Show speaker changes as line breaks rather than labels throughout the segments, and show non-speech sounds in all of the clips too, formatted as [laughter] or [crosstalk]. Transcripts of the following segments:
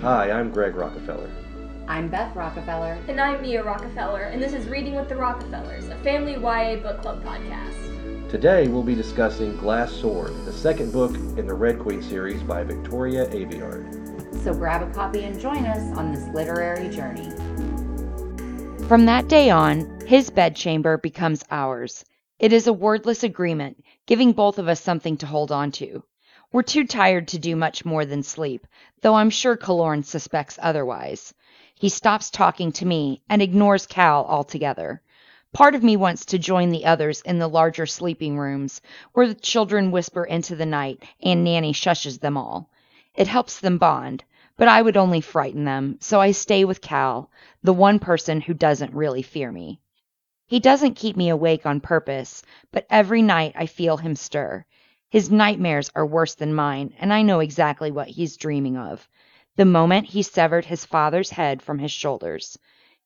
Hi, I'm Greg Rockefeller.
I'm Beth Rockefeller.
And I'm Mia Rockefeller, and this is Reading with the Rockefellers, a family YA book club podcast.
Today we'll be discussing Glass Sword, the second book in the Red Queen series by Victoria Aveyard.
So grab a copy and join us on this literary journey.
From that day on, his bedchamber becomes ours. It is a wordless agreement, giving both of us something to hold on to. We're too tired to do much more than sleep, though I'm sure Kalorn suspects otherwise. He stops talking to me and ignores Cal altogether. Part of me wants to join the others in the larger sleeping rooms, where the children whisper into the night and Nanny shushes them all. It helps them bond, but I would only frighten them, so I stay with Cal, the one person who doesn't really fear me. He doesn't keep me awake on purpose, but every night I feel him stir. His nightmares are worse than mine, and I know exactly what he's dreaming of. The moment he severed his father's head from his shoulders.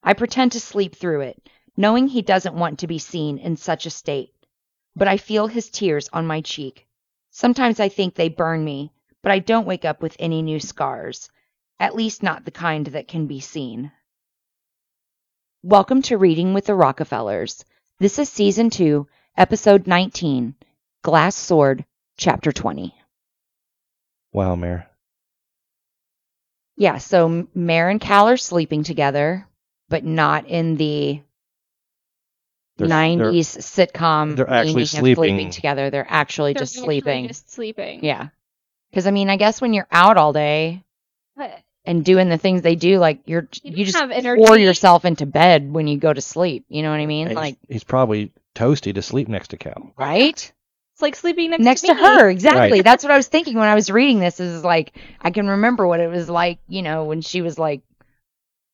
I pretend to sleep through it, knowing he doesn't want to be seen in such a state. But I feel his tears on my cheek. Sometimes I think they burn me, but I don't wake up with any new scars. At least not the kind that can be seen. Welcome to Reading with the Rockefellers. This is Season 2, Episode 19 Glass Sword, Chapter 20.
Wow, Mayor.
Yeah, so Mare and Cal are sleeping together, but not in the 90s sitcom.
they're actually
meaning of
sleeping.
together. They're actually
They're
just
actually
sleeping.
Just sleeping.
Yeah. Because, I mean, I guess when you're out all day
But
and doing the things they do, like you're, you,
You don't
just
have
pour
energy.
yourself into bed when you go to sleep. You know what I mean?
And
Like,
he's, he's probably toasty to sleep next to Cal.
right?
it's like sleeping next,
next to
me.
her exactly that's what i was thinking when i was reading this is like i can remember what it was like you know when she was like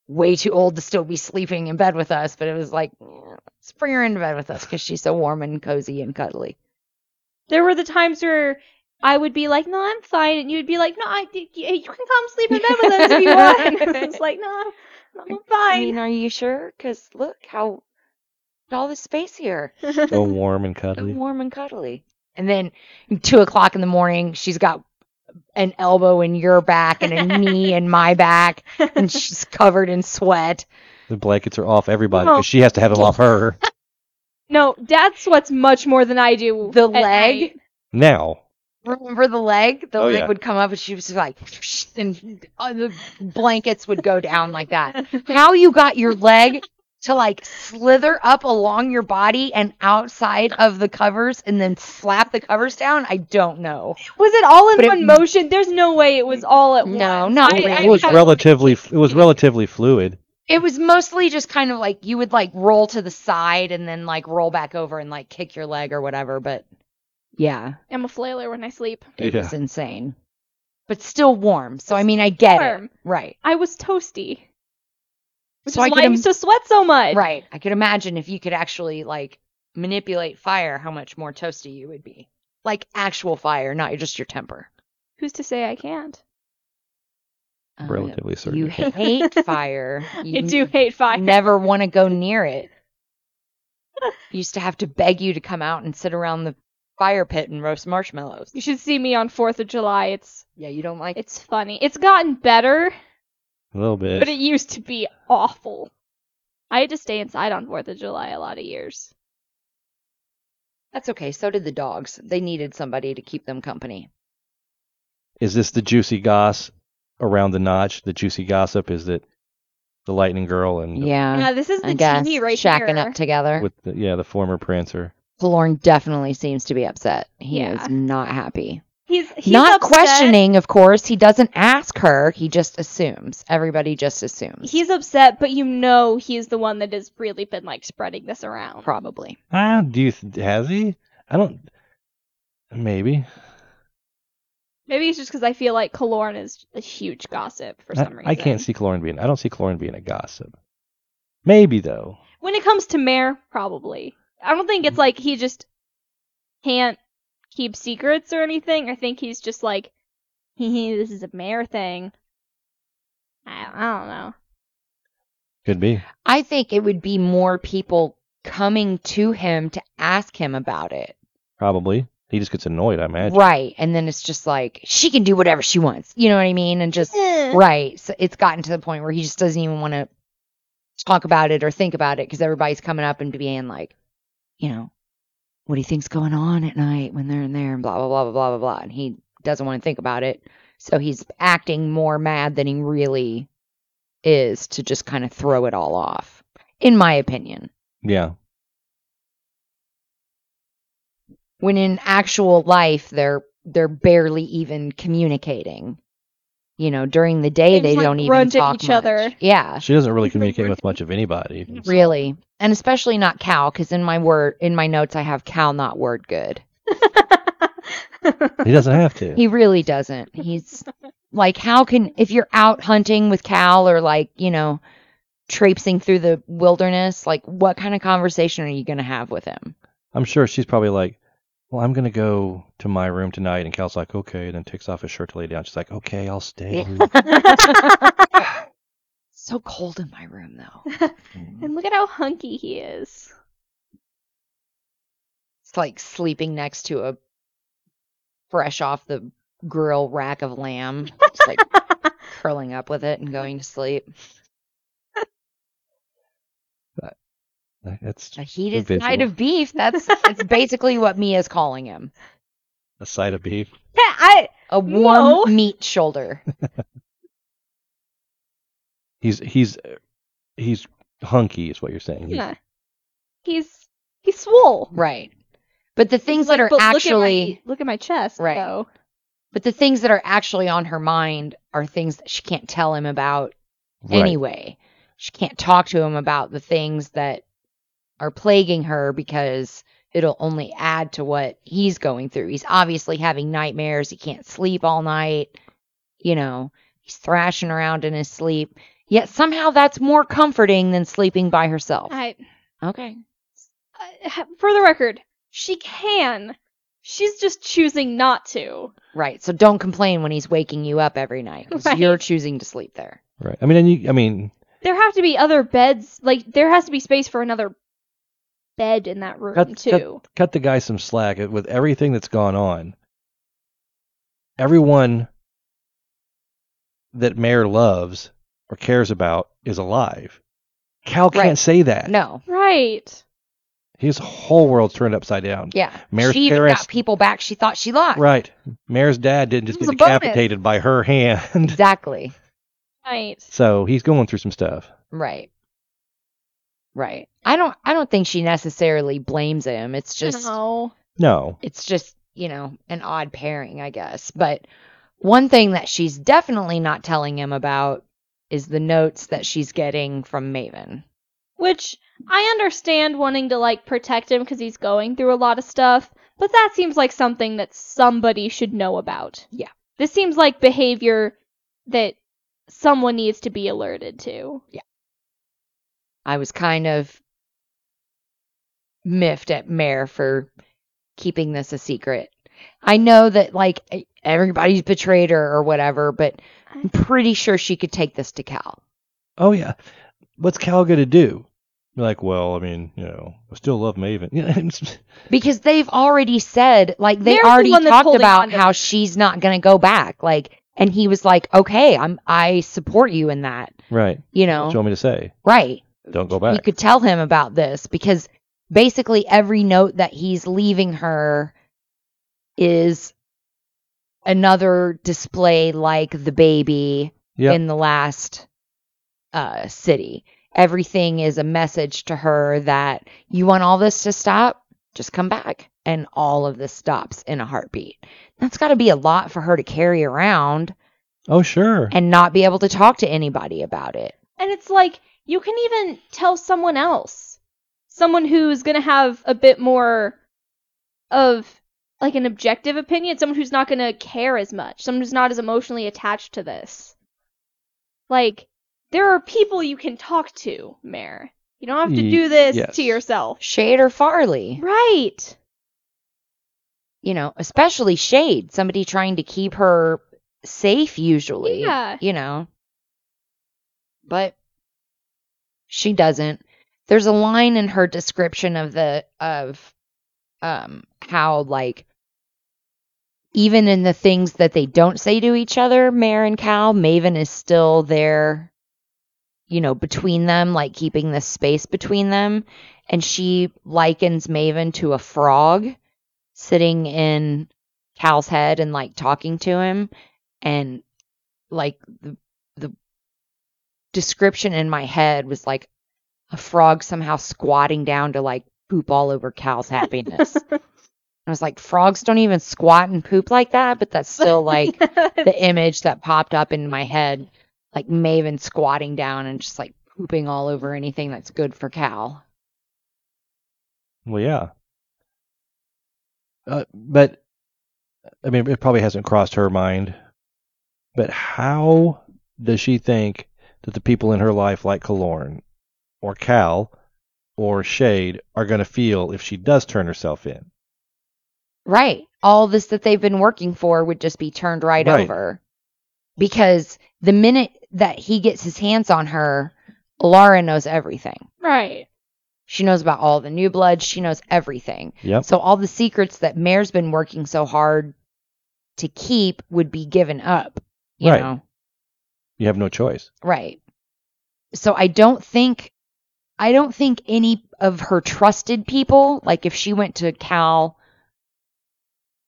way too old to still be sleeping in bed with us but it was like let's bring her into bed with us because she's so warm and cozy and cuddly
There were the times where I would be like, "No, I'm fine," and you'd be like, "No, I, you you can come sleep in bed with
[laughs]
us if you want." [laughs] it's like, "No, I'm
i
fine."
mean are you sure because look how look at all this space here
So warm and
so
cuddly.
warm and cuddly and then two o'clock in the morning she's got an elbow in your back and [laughs] a knee in my back [laughs] and she's covered in sweat
The blankets are off everybody
Oh.
because she has to have them off her
[laughs] no, Dad sweats much more than I do.
The
at
leg?
night.
now.
Remember the leg? The
Oh,
leg
yeah.
would come up and she was like, [laughs] and all the blankets would go down like that. [laughs] How you got your leg to like slither up along your body and outside of the covers and then slap the covers down, I don't know.
Was it all in
But it-
one motion? There's no way it was all at once.
No, not
I-
really.
I
It was
have-
relatively it was relatively fluid.
It was mostly just kind of like you would like roll to the side and then like roll back over and like kick your leg or whatever. But yeah,
I'm a flailer when I sleep.
it
Yeah.
was insane. But still warm. So I mean, I get it.
warm.
Right.
I was toasty. Which
So
is
I
why
could
I used to sweat so much.
Right. I could imagine if you could actually like manipulate fire, how much more toasty you would be. Like actual fire, not just your temper.
Who's to say I can't?
Uh,
Relatively certain.
You hate
[laughs]
fire. You
I do hate fire.
n- never want to go near
[laughs]
it. Used to have to beg you to come out and sit around the fire pit and roast marshmallows.
You should see me on Fourth of July. It's
Yeah, you don't like it.
it's funny. It's gotten better,
A little bit.
but it used to be awful. I had to stay inside on Fourth of July a lot of years.
That's okay. So did the dogs. They needed somebody to keep them company.
is this the juicy goss around the notch? The juicy gossip is that the lightning girl and
Yeah.
yeah, this is the
Uh, I guess
TV right
shacking
here.
up together.
with the, yeah the former prince are
Lorne definitely seems to be upset. He
Yeah.
is not happy.
he's, he's
not
upset.
questioning, of course. He doesn't ask her. He just assumes. Everybody just assumes.
He's upset, but you know he's the one that has really been like spreading this around.
probably.
ah do you th- has he? I don't maybe
Maybe it's just because I feel like Kalorn is a huge gossip for
I,
some reason.
I can't see Clorin being I don't see Clorin being a gossip. Maybe though.
When it comes to Mare, probably. I don't think
Mm-hmm.
it's like he just can't keep secrets or anything. I think he's just like, [laughs] hee this is a Mare thing. I, I don't know.
Could be.
I think it would be more people coming to him to ask him about it.
Probably. He just gets annoyed, I imagine.
Right. And then it's just like, she can do whatever she wants. You know what I mean? And just, right. So it's gotten to the point where he just doesn't even want to talk about it or think about it because everybody's coming up and being like, you know, what do you think's going on at night when they're in there and blah, blah, blah, blah, blah, blah, blah. And he doesn't want to think about it. So he's acting more mad than he really is to just kind of throw it all off, in my opinion.
Yeah.
when in actual life they're they're barely even communicating. You know, during the day
They
they,
just, like,
don't even
grunt at
talk
each
much.
other.
Yeah,
She doesn't really communicate with much
[laughs]
of anybody.
really, and especially not Cal, because in my word in my notes I have Cal not word good.
He doesn't have to.
He really doesn't.
[laughs]
He's like, how can if you're out hunting with Cal or like you know traipsing through the wilderness, like what kind of conversation are you going to have with him?
I'm sure she's probably like, "Well, I'm gonna go to my room tonight," and Cal's like, "Okay," and then takes off his shirt to lay down. She's like, "Okay, I'll stay."
[laughs]
[laughs] So cold in my room though. [laughs]
and look at how hunky he is.
It's like sleeping next to a fresh off the grill rack of lamb, just
[laughs]
like curling up with it and going to sleep.
That's
A heated
Good
side
visual.
of beef. That's it's basically what Mia's calling him.
a side of beef.
I
A warm
No.
meat shoulder.
He's he's uh, he's hunky, is what you're saying. He's-
yeah. He's he's swole.
Right. But the things that are
But
actually
look at, my, look at my chest
Right.
though.
but the things that are actually on her mind are things that she can't tell him about
right.
anyway. She can't talk to him about the things that are plaguing her because it'll only add to what he's going through. He's obviously having nightmares. He can't sleep all night. You know, he's thrashing around in his sleep. Yet somehow that's more comforting than sleeping by herself.
I
okay.
uh, ha- for the record, she can. She's just choosing not to.
Right. So don't complain when he's waking you up every night 'cause
Right.
you're choosing to sleep there.
Right. I mean, and you, I mean,
There have to be other beds. Like there has to be space for another bed in that room
cut,
too.
cut cut the guy some slack with everything that's gone on. Everyone that Mayor loves or cares about is alive. Cal can't
Right.
say that.
No.
Right.
His whole world's turned upside down.
Yeah.
Mary's
she even
parents-
got people back she thought she lost.
Right. Mayor's dad didn't just
It
get
was a bonus.
decapitated by her hand. [laughs]
Exactly.
Right.
So he's going through some stuff.
Right. Right. I don't I don't think she necessarily blames him. It's just
no.
No.
it's just, you know, an odd pairing, I guess. But one thing that she's definitely not telling him about is the notes that she's getting from Maven.
Which I understand wanting to like protect him because he's going through a lot of stuff, but that seems like something that somebody should know about.
Yeah.
This seems like behavior that someone needs to be alerted to.
I was kind of miffed at Mare for keeping this a secret. I know that like e- everybody's betrayed her or whatever, but I'm pretty sure she could take this to Cal.
Oh yeah. What's Cal gonna do? You're like, well, I mean, you know, I still love Maven. [laughs]
Because they've already said, like, they
They're the
already
one that's
talked
holding
about
on to
how
her.
she's not going to go back. Like, and he was like, okay, I'm, I support you in that,
right.
you
What
know?
you want me to say?
Right.
Don't go
You
back.
could tell him about this because basically every note that he's leaving her is another display like the baby
Yep.
in the last uh, city. Everything is a message to her that you want all this to stop, just come back. And all of this stops in a heartbeat. That's got to be a lot for her to carry around
oh sure.
and not be able to talk to anybody about it.
And it's like you can even tell someone else, someone who's going to have a bit more of like an objective opinion, someone who's not going to care as much, someone who's not as emotionally attached to this. Like there are people you can talk to, Mare. You don't have to
Ye-
do this
yes.
to yourself.
Shader Farley,
Right. [laughs]
you know, especially Shade, somebody trying to keep her safe, usually,
Yeah.
you know. But she doesn't. There's a line in her description of the, of, um, how like even in the things that they don't say to each other, Mare and Cal, Maven is still there, you know, between them, like keeping this space between them. And she likens Maven to a frog sitting in Cal's head and like talking to him. And like the, the description in my head was like a frog somehow squatting down to like poop all over Cal's happiness. I was like, frogs don't even squat and poop like that, but that's still like the image that popped up in my head, like Maven squatting down and just like pooping all over anything that's good for Cal.
Well, yeah. Uh, but I mean, it probably hasn't crossed her mind. But how does she think that the people in her life, like Kalorn, or Cal, or Shade, are going to feel if she does turn herself in?
Right. All this that they've been working for would just be turned right,
Right.
over. Because the minute that he gets his hands on her, Laura knows everything.
right.
She knows about all the new blood. She knows everything.
Yep.
So all the secrets that Mare's been working so hard to keep would be given up. You
Right.
know?
You have no choice.
Right. So I don't think I don't think any of her trusted people, like if she went to Cal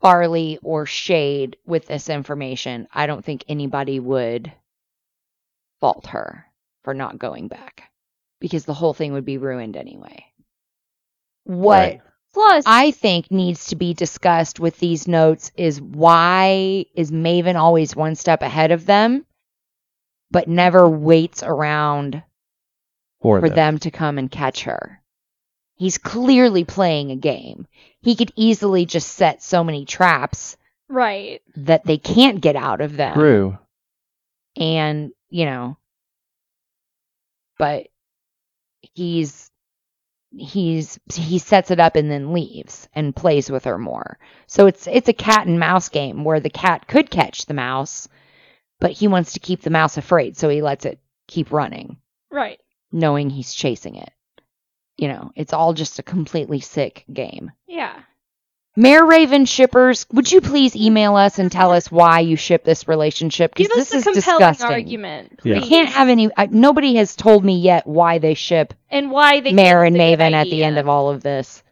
Barley or Shade with this information, I don't think anybody would fault her for not going back because the whole thing would be ruined anyway. What
Right.
Plus,
I think needs to be discussed with these notes is why is Maven always one step ahead of them, but never waits around
For,
for
them.
them to come and catch her? He's clearly playing a game. He could easily just set so many traps
right.
that they can't get out of them.
True.
And, you know, but he's he's he sets it up and then leaves and plays with her more. So it's it's a cat and mouse game where the cat could catch the mouse, but he wants to keep the mouse afraid, so he lets it keep running,
Right.
knowing he's chasing it. You know, it's all just a completely sick game.
Yeah.
Mayor Raven shippers, would you please email us and tell us why you ship this relationship?
Give
Because
us
this
a
is
compelling
disgusting.
argument.
Yeah.
please.
We can't have any. Uh, nobody has told me yet why they ship
and why they
Mare and
think it's a
Maven
good
at the end
idea.
of all of this.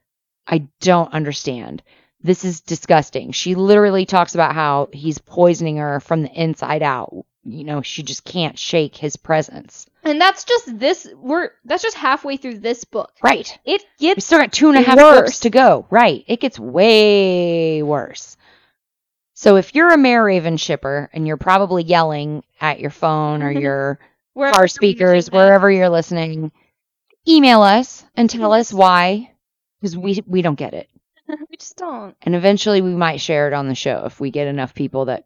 I don't understand. This is disgusting. She literally talks about how he's poisoning her from the inside out. You know, she just can't shake his presence.
And that's just this. We're that's just halfway through this book.
Right.
It
We
gets
still got two and a half
Worse.
books to go. Right. It gets way worse. So if you're a Mare Raven shipper and you're probably yelling at your phone
[laughs]
or your
where
car speakers, wherever you're listening, email us and tell us why, because we we don't get it.
[laughs] we just don't.
And eventually, we might share it on the show if we get enough people that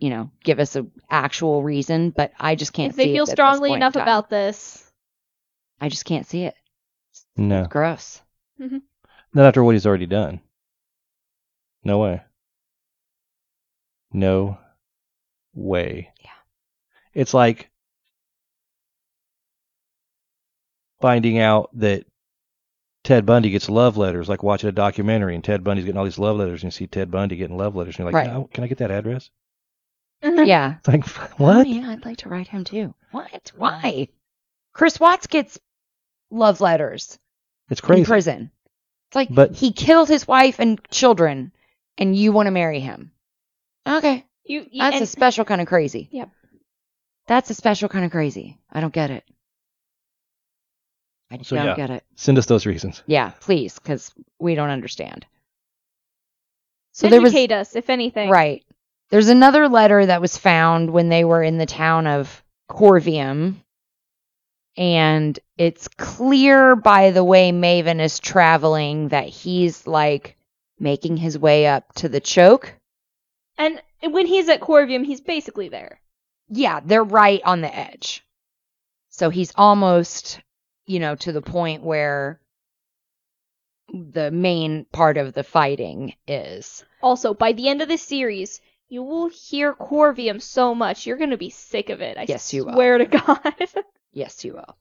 you know give us an actual reason. But I just can't.
if they
see it
feel
at this
strongly
point in
enough
time.
about this,
I just can't see it.
No.
Gross.
Not after what he's already done. No way. No way.
Yeah.
It's like finding out that Ted Bundy gets love letters, like watching a documentary, and Ted Bundy's getting all these love letters, and you see Ted Bundy getting love letters, and you're like,
Right.
"Oh, can I get that address?
[laughs]
Oh,
yeah.
It's like, [laughs] what?
Oh, yeah, I'd like to write him too. What? Why? Chris Watts gets love letters
It's
in
crazy.
prison. It's like
But-
he killed his wife and children, and you want to marry him. Okay.
[laughs] you, you
That's
and
a special kind of crazy.
Yep.
That's a special kind of crazy. I don't get it. I
So,
don't
yeah.
get it.
Send us those reasons.
Yeah, please, because we don't understand. So there was
educate us if anything.
right. There's another letter that was found when they were in the town of Corvium, and it's clear by the way Maven is traveling that he's like making his way up to the choke.
And when he's at Corvium, he's basically there.
yeah, they're right on the edge. So he's almost, you know, to the point where the main part of the fighting is.
Also, by the end of the series, you will hear Corvium so much you're gonna be sick of it. I
Yes, you will.
swear to [laughs] God.
Yes, you will.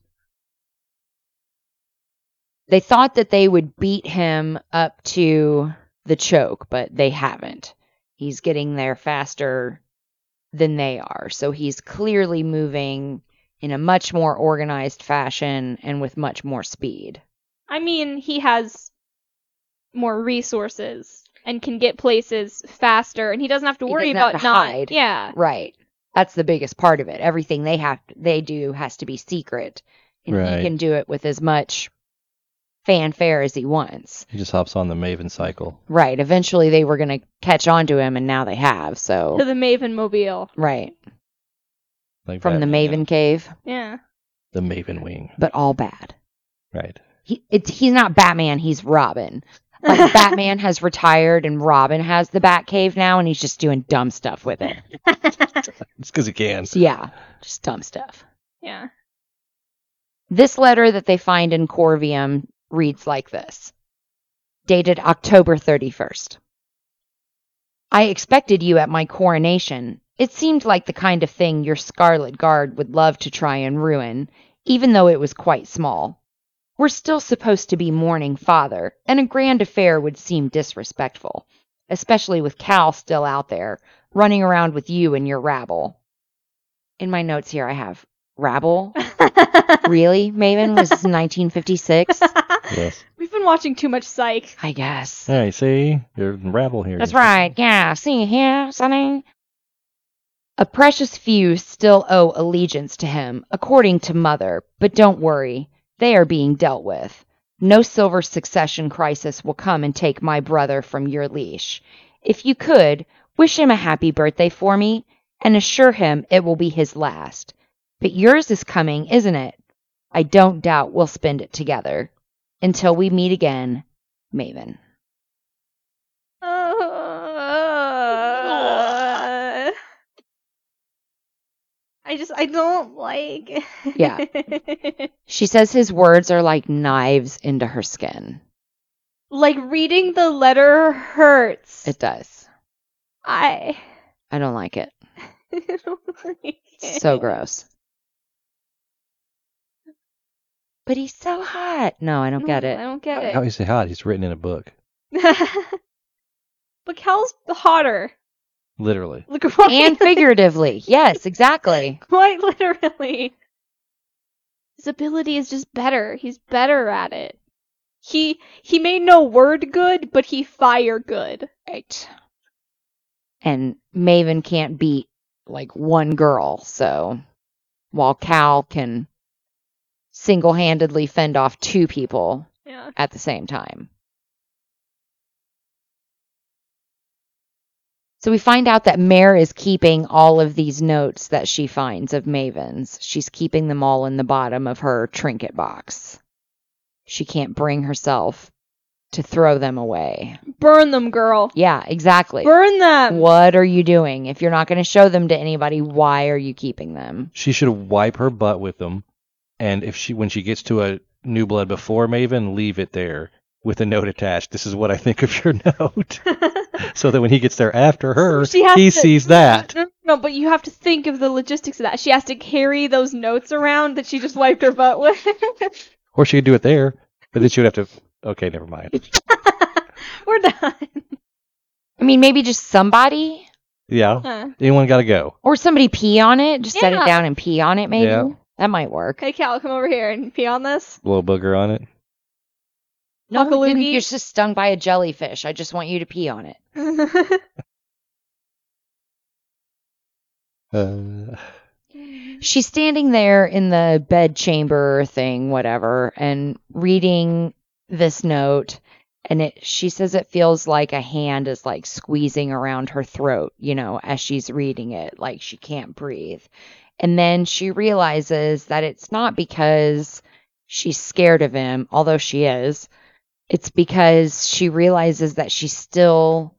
They thought that they would beat him up to the choke, but they haven't. He's getting there faster than they are. So he's clearly moving in a much more organized fashion and with much more speed.
I mean, he has more resources and can get places faster, and he doesn't have to
He
worry
doesn't have
about
to
not.
hide.
Yeah,
Right. That's the biggest part of it. Everything they have they do has to be secret. And
Right.
he can do it with as much fanfare as he wants.
He just hops on the Maven cycle.
Right. Eventually they were gonna catch on to him and now they have,
to [laughs]
so
the Maven Mobile.
right.
Like
From the
Batman.
Maven cave,
Yeah,
The Maven wing.
but all bad.
Right.
He it's he's not Batman, he's Robin.
[laughs]
Like Batman has retired and Robin has the Bat Cave now and he's just doing dumb stuff with it.
It's because he can.
So yeah, just dumb stuff.
yeah.
This letter that they find in Corvium reads like this dated October 31st. I expected you at my coronation. It seemed like the kind of thing your Scarlet Guard would love to try and ruin, even though it was quite small. We're still supposed to be mourning Father, and a grand affair would seem disrespectful, especially with Cal still out there, running around with you and your rabble. In my notes here, I have rabble. really? Maven was 1956?
[laughs]
Yes.
We've been watching too
[laughs]
much Psych.
I guess.
Hey, see? You're in rabble here.
That's right. Yeah. See here, Sonny. A precious few still owe allegiance to him, according to Mother, but don't worry. They are being dealt with. No silver succession crisis will come and take my brother from your leash. If you could, wish him a happy birthday for me and assure him it will be his last. But yours is coming, isn't it? I don't doubt we'll spend it together. Until we meet again, Maven.
Uh, I just I don't like.
Yeah. She says his words are like knives into her skin.
[laughs] like reading the letter hurts.
It does.
I. [laughs]
I don't like it.
I don't like
It's
it. [laughs]
so gross. But he's so hot. No, I don't get
Mm, I
it. Oh,
don't get
How
it.
is he hot? He's written in a book.
[laughs] but Cal's hotter.
Literally.
Like quite,
And figuratively. Yes, exactly.
[laughs] quite literally. His ability is just better. He's better at it. He he made no word good, but he fire good.
Right. And Maven can't beat like one girl, so while Cal can single handedly fend off two people
Yeah.
at the same time. So we find out that Mare is keeping all of these notes that she finds of Maven's. She's keeping them all in the bottom of her trinket box. She can't bring herself to throw them away.
Burn them, girl.
Yeah, exactly.
Burn them.
What are you doing? If you're not going to show them to anybody, why are you keeping them?
She should wipe her butt with them. And if she, when she gets to a new blood before Maven, leave it there with a note attached. This is what I think of your [laughs]
[laughs]
note. so that when he gets there after her,
She has
he
to- [laughs]
sees that.
No, no, no, but you have to think of the logistics of that. She has to carry those notes around that she just wiped her butt with.
Or she could do it there, but then she would have to. Okay, never mind.
[laughs] [laughs] We're done.
I mean, maybe just somebody
Yeah.
Huh.
Anyone got to go?
or somebody pee on it. Just set
Yeah.
it down and pee on it, maybe.
Yeah.
That might work.
[laughs] Okay, Cal, come over here and pee on this.
Blow a booger on it.
No, you didn't.
Buckaloogie.
you're just stung by a jellyfish. I just want you to pee on it.
[laughs]
Uh,
She's standing there in the bed chamber thing, whatever, and reading this note. And it, she says it feels like a hand is like squeezing around her throat, you know, as she's reading it, like she can't breathe. And then she realizes that it's not because she's scared of him, although she is. It's because she realizes that she still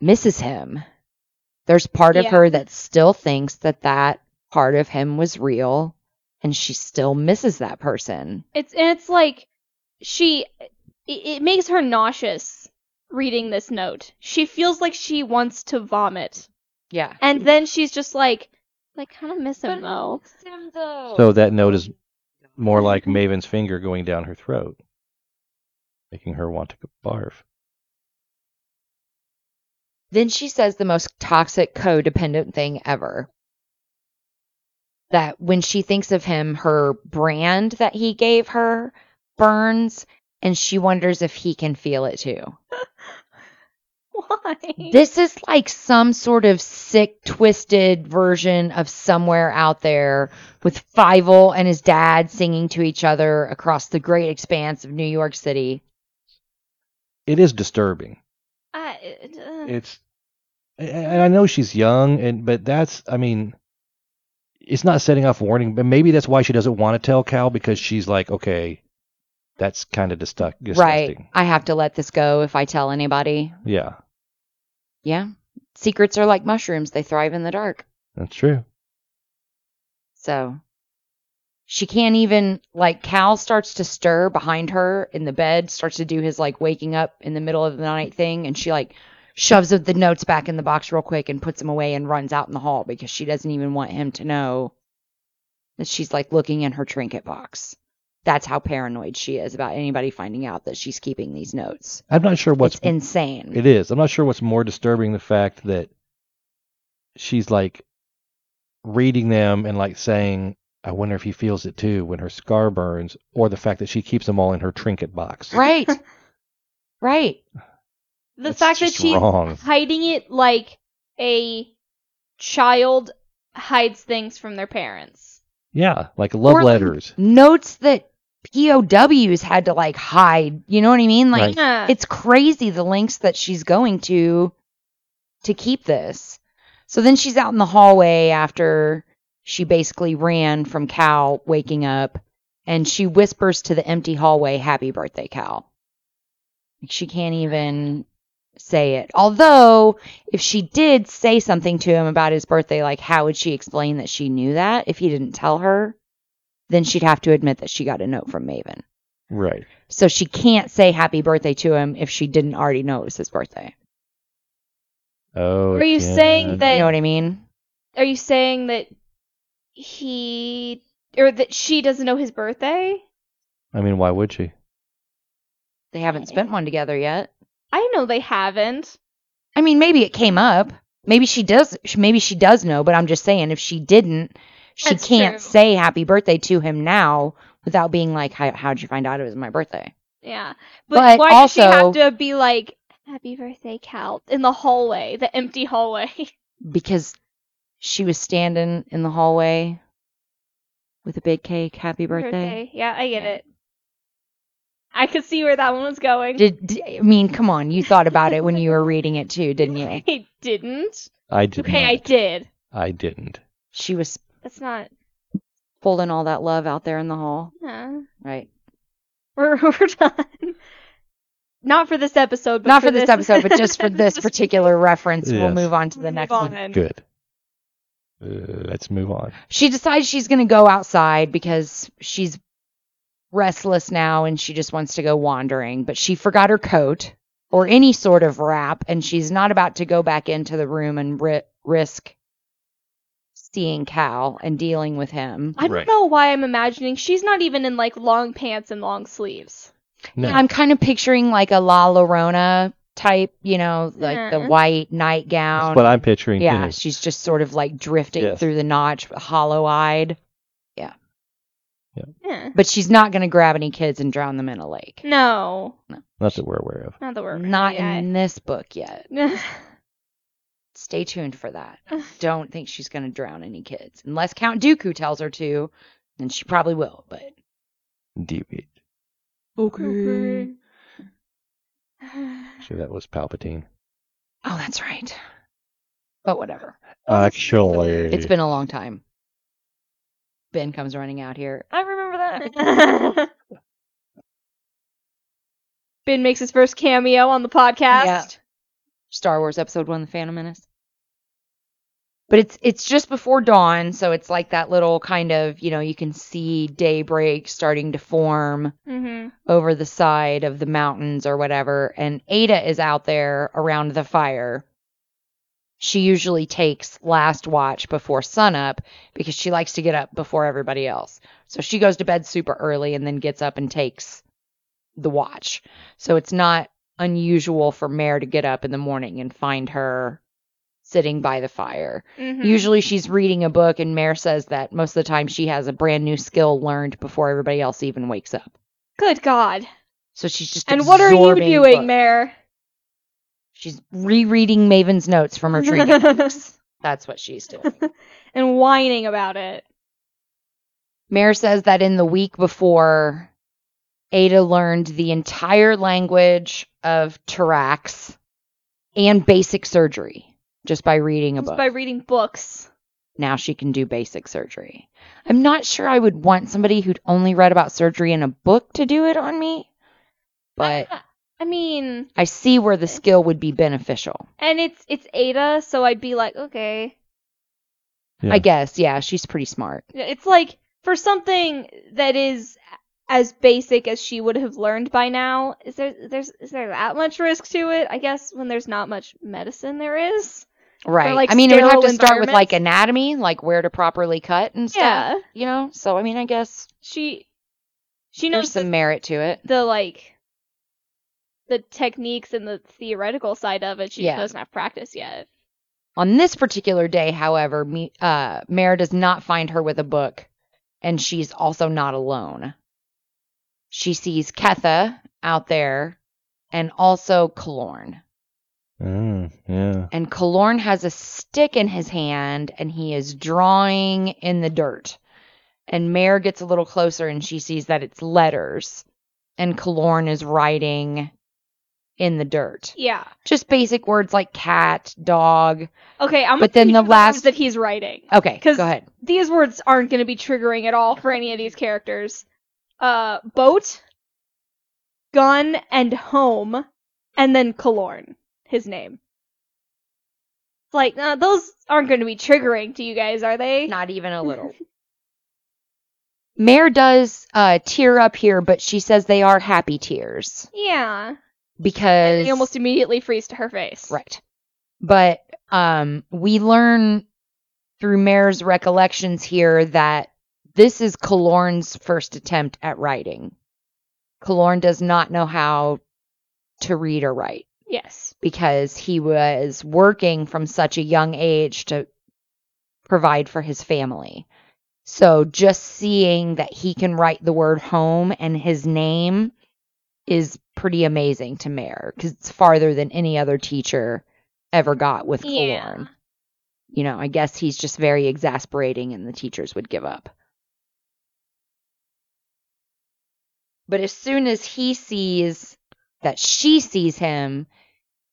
misses him. There's part of
Yeah.
her that still thinks that that part of him was real and she still misses that person.
It's and it's like she it, it makes her nauseous reading this note. She feels like she wants to vomit.
Yeah.
And then she's just like like kind of miss him though. [laughs]
Oh,
so that note is
[laughs]
more like Maven's finger going down her throat, making her want to barf.
Then she says the most toxic codependent thing ever. That when she thinks of him, her brand that he gave her burns and she wonders if he can feel it too.
Why?
This is like some sort of sick, twisted version of Somewhere Out There with Fievel and his dad singing to each other across the great expanse of New York City.
It is disturbing.
I, it, uh,
It's, and I know she's young, and but that's, I mean, it's not setting off warning. But maybe that's why she doesn't want to tell Cal because she's like, okay, that's kind of disgu- disgusting.
Right. I have to let this go if I tell anybody.
Yeah,
Yeah. Secrets are like mushrooms, they thrive in the dark.
that's true.
So she can't even like Cal starts to stir behind her in the bed, starts to do his like waking up in the middle of the night thing, and she like shoves the notes back in the box real quick and puts them away and runs out in the hall because she doesn't even want him to know that she's like looking in her trinket box. That's how paranoid she is about anybody finding out that she's keeping these notes.
I'm not sure what's
it's insane.
It is. I'm not sure what's more disturbing the fact that she's like reading them and like saying, I wonder if he feels it too when her scar burns, or the fact that she keeps them all in her trinket box.
Right. right.
the
That's
fact that
just
she's
wrong.
hiding it like a child hides things from their parents.
Yeah, like love
Or, like,
letters.
Notes that POWs had to like hide. You know what I mean? Like
Right.
Yeah.
it's crazy the lengths that she's going to to keep this. So then she's out in the hallway after she basically ran from Cal waking up and she whispers to the empty hallway, Happy birthday, Cal. Like, She can't even say it. Although, if she did say something to him about his birthday, like how would she explain that she knew that if he didn't tell her? Then she'd have to admit that she got a note from Maven.
Right.
So she can't say happy birthday to him if she didn't already know it was his birthday.
Oh.
Are you
yeah.
saying that?
You know what I mean?
Are you saying that he or that she doesn't know his birthday?
I mean, why would she?
They haven't spent one together yet.
I know they haven't.
I mean, maybe it came up. Maybe she does. Maybe she does know. But I'm just saying, if she didn't, she
That's
can't
true.
say happy birthday to him now without being like, "How- "How'd you find out it was my birthday?"
Yeah.
But
But, why does she have
also-
to be like, Happy birthday, Cal, in the hallway, the empty hallway? [laughs]
Because she was standing in the hallway with a big cake. Happy birthday.
Yeah, I get
Yeah.
it. I could see where that one was going.
Did, d I I mean, come on, you thought about it when you were reading it too, didn't you?
[laughs] I didn't.
I did
okay, I
not.
did.
I didn't.
She was
That's not.
pulling all that love out there in the hall,
Nah.
right?
[laughs] We're, we're done. Not for this episode, but
not
for
for this episode, but just
[laughs]
for this particular reference, we'll
Yes.
move on to the
Move
next
on.
one.
Good. Uh, let's move on.
She decides she's going to go outside because she's restless now and she just wants to go wandering, but she forgot her coat or any sort of wrap, and she's not about to go back into the room and ri- risk seeing Cal and dealing with him.
I don't
Right.
know why I'm imagining she's not even in like long pants and long sleeves.
No.
I'm kind of picturing like a La Llorona type, you know, like the
Mm.
white nightgown.
That's what I'm picturing.
Yeah,
too.
she's just sort of like drifting
Yes.
through the notch, hollow eyed.
Yeah.
But she's not going to grab any kids and drown them in a lake.
No.
Not that we're aware of.
Not the word.
Not in this book yet.
That's
Stay tuned for that.
[laughs]
[laughs] I Don't think she's going to drown any kids. Unless Count Dooku tells her to, then she probably will. But
Deviate.
Okay.
Mm-hmm.
So that was Palpatine.
Oh, that's right. But whatever.
Actually,
It's been a long time. Ben comes running out here. [sighs] I remember that.
[laughs] ben makes his first cameo on the podcast.
Yeah. Star Wars Episode One: The Phantom Menace. But it's it's just before dawn, so it's like that little kind of you know you can see daybreak starting to form
Mm-hmm.
over the side of the mountains or whatever, and Ada is out there around the fire. She usually takes last watch before sunup because she likes to get up before everybody else. So she goes to bed super early and then gets up and takes the watch. So it's not unusual for Mare to get up in the morning and find her sitting by the fire.
Mhm.
Usually she's reading a book, and Mare says that most of the time she has a brand new skill learned before everybody else even wakes up.
Good God.
So she's just
And what are you
absorbing
doing,
books.
Mare?
She's rereading Maven's notes
[laughs]
from her treating books. That's what she's doing.
And whining about it.
Mayor says that in the week before, Ada learned the entire language of Tarax and basic surgery just by reading a
Just
book.
by reading books.
now she can do basic surgery. I'm not sure I would want somebody who'd only read about surgery in a book to do it on me, but
I- I mean,
I see where the skill would be beneficial.
And it's it's Ada, so I'd be like, okay.
Yeah.
I guess, yeah, she's pretty smart.
It's like for something that is as basic as she would have learned by now, is there there's is there that much risk to it? I guess when there's not much medicine there is.
Right.
like,
I mean, it would have
sterile
to start with like
environments.
anatomy, like where to properly cut and stuff.
Yeah.
You know, so I mean, I guess
She she
There's
knows
some
the,
merit to it.
the, like the techniques and the theoretical side of it. She
Yeah.
doesn't have practice yet.
On this particular day, however, me, uh, Mare does not find her with a book, and she's also not alone. She sees Ketha out there and also Kalorn.
Mm, yeah.
And Kalorn has a stick in his hand and he is drawing in the dirt. And Mare gets a little closer and she sees that it's letters. And Kalorn is writing in the dirt.
Yeah.
Just basic words like cat, dog,
Okay, I'm
But
gonna
then the
read words
last-
that he's writing.
Okay,
'Cause-
go ahead.
these words aren't going to be triggering at all for any of these characters. Uh, boat, gun, and home, and then Kalorn, his name. It's like uh, those aren't going to be triggering to you guys, are
[laughs]
they?
Not even a little. Mare does uh, tear up here, but she says they are happy tears
Yeah.
because
They almost immediately freeze to her face.
right. But um, we learn through Mare's recollections here that this is Kalorn's first attempt at writing. Kalorn does not know how to read or write.
Yes.
because he was working from such a young age to provide for his family. So just seeing that he can write the word home and his name is pretty amazing to Mare because it's farther than any other teacher ever got with
Yeah.
Kalorn. You know, I guess he's just very exasperating and the teachers would give up. But as soon as he sees that she sees him,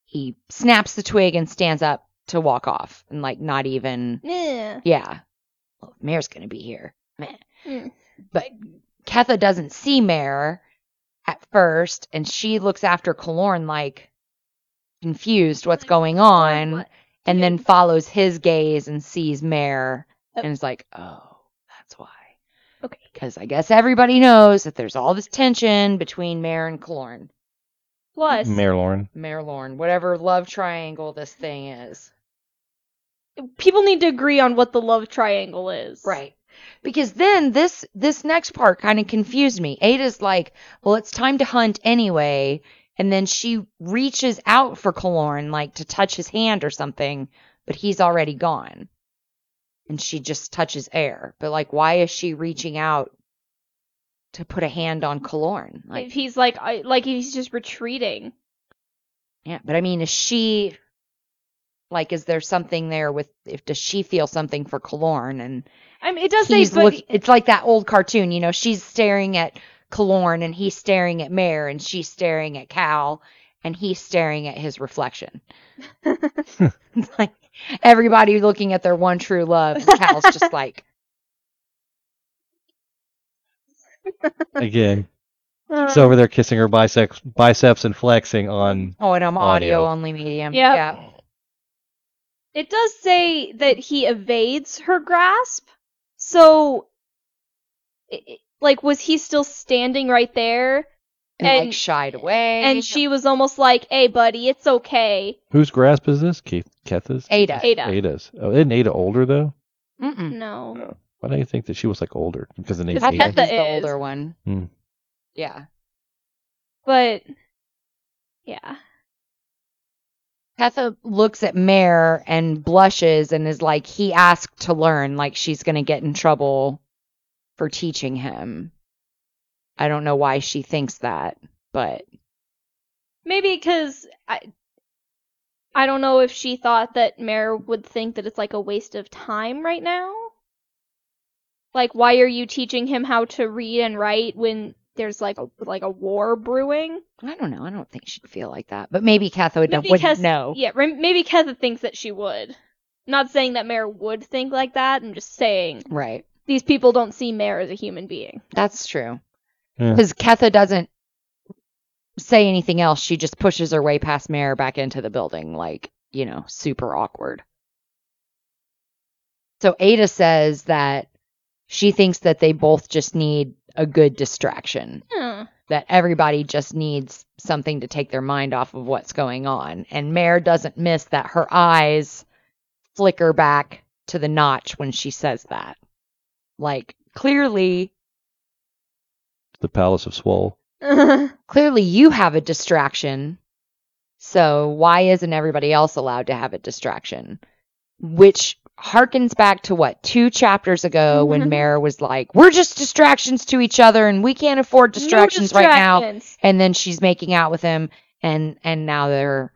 he snaps the twig and stands up to walk off and like not even
Yeah.
yeah well, mayor's gonna be here Meh.
Mm.
but ketha doesn't see mayor at first and she looks after kalorn like confused what's
Like,
going on and then
dude?
follows his gaze and sees mayor
Oh.
and is like oh that's why
Okay.
because i guess everybody knows that there's all this tension between mayor and kalorn
Plus,
Mayor Lauren.
mayor lorn whatever love triangle this thing is
people need to agree on what the love triangle is.
Right. Because then this this next part kind of confused me. Ada's like, "Well, it's time to hunt anyway." And then she reaches out for Kalorn like to touch his hand or something, but he's already gone. And she just touches air. But like why is she reaching out to put a hand on Kalorn? Like
if he's like, I, like if he's just retreating.
yeah, but I mean is she like is there something there with if does she feel something for Kalorn and
I mean, it does
he's
say, but
look, it's like that old cartoon, you know, she's staring at Kalorn and he's staring at Mare and she's staring at Cal and he's staring at his reflection. [laughs] It's like everybody looking at their one true love and Cal's just like
Again.
Uh,
She's over there kissing her biceps biceps and flexing on
Oh, and I'm audio,
Audio.
only medium.
Yep.
Yeah.
It does say that he evades her grasp. So, i i- like, was he still standing right there?
And, like
And-
shied away.
And she was almost like, "Hey, buddy, it's okay."
whose grasp is this? Keith Ketha's?
Ada.
Ada,
Ada's. Oh, isn't Ada older though?
Mm-mm.
no,
Why do you think that she was like older? Because the name's
Because
Ada.
Ketha
Ketha
is the
is.
older one.
Hmm.
Yeah.
but Yeah.
Petha looks at Mare and blushes and is like, he asked to learn, like she's going to get in trouble for teaching him. I don't know why she thinks that, but
Maybe because I, I don't know if she thought that Mare would think that it's like a waste of time right now. Like, why are you teaching him how to read and write when there's like a, like a war brewing?
I don't know. I don't think she'd feel like that, but maybe Katha would,
Maybe
would
Kes-
know.
Yeah, rem- maybe Ketha thinks that she would. not saying that Mare would think like that. I'm just saying
Right.
these people don't see Mare as a human
[laughs]
being.
That's true.
Yeah.
Because Ketha doesn't say anything else. She just pushes her way past Mare back into the building, like, you know, super awkward. So Ada says that she thinks that they both just need a good distraction,
Hmm. [laughs]
that everybody just needs something to take their mind off of what's going on. And Mare doesn't miss that her eyes flicker back to the notch when she says that. Like, clearly
The Palace of Swole.
clearly you have a distraction. So why isn't everybody else allowed to have a distraction? Which harkens back to what two chapters ago when
Mhm.
Mara was like, "We're just distractions to each other, and we can't afford
No
distractions right now."
distractions.
And then she's making out with him, and and now they're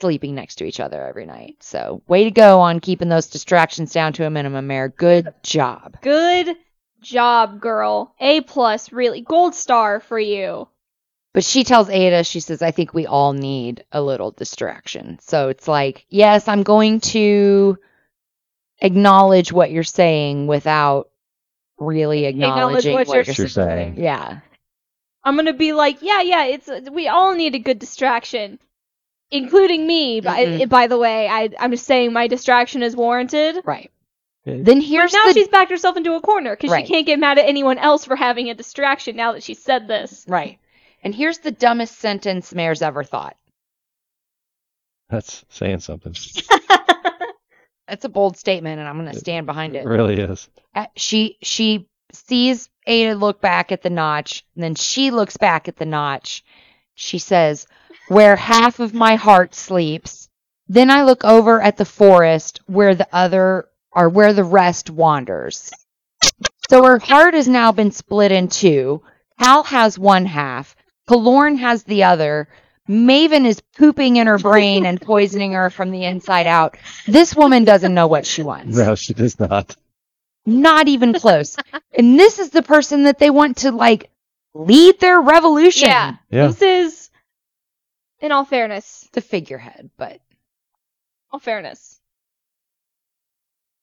sleeping next to each other every night. So way to go on keeping those distractions down to a minimum, Mara. Good job.
Good job, girl. A plus, really. Gold star for you.
But she tells Ada, she says, I think we all need a little distraction. So it's like, yes, I'm going to acknowledge what you're saying without really
Acknowledge
acknowledging
what
what,
you're
you're,
What you're saying.
saying. Yeah.
I'm gonna be like, yeah, yeah. It's we all need a good distraction, including me. By
Mm-mm.
by the way, I I'm just saying my distraction is warranted.
Right.
Yeah.
Then here's
now
the
she's backed herself into a corner because
Right.
she can't get mad at anyone else for having a distraction now that she said this.
right. And here's the dumbest sentence Mayor's ever thought.
That's saying something.
That's a bold statement, and I'm going
It
to stand behind
[laughs] It
it.
really is.
Uh, she she sees Ada look back at the notch, and then she looks back at the notch. She says, "Where half of my heart sleeps." Then I look over at the forest where the other or where the rest wanders. So her heart has now been split in two. Hal has one half. Kalorn has the other. Maven is pooping in her brain and poisoning her from the inside out. This woman doesn't know what she wants.
No, she does not.
Not even close. and this is the person that they want to like lead their revolution.
Yeah.
Yeah.
This is, in all fairness,
The figurehead, but
all fairness.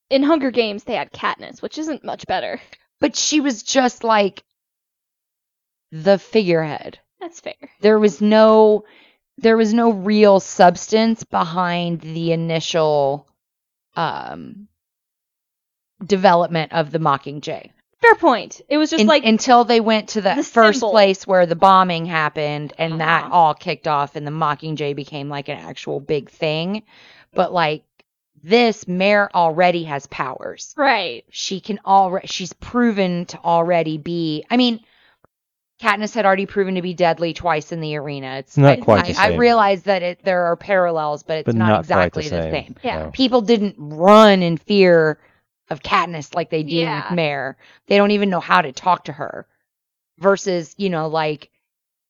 In Hunger Games, they had Katniss, which isn't much better.
but she was just like the figurehead.
That's fair.
There was no there was no real substance behind the initial um development of the Mockingjay.
Fair point. It was just
In-
like
until they went to the,
the
first
symbol.
place where the bombing happened and that
Uh-huh.
all kicked off and the mockingjay became like an actual big thing but like this mare already has powers
right.
she can already she's proven to already be i mean Katniss had already proven to be deadly twice in the arena. It's
Not
I-
quite the
I, I
same.
realize that it, there are parallels, but it's
But
not,
not quite
exactly
the same.
Yeah.
no.
people didn't run in fear of Katniss like they do
Yeah.
with Mare. They don't even know how to talk to her. Versus, you know, like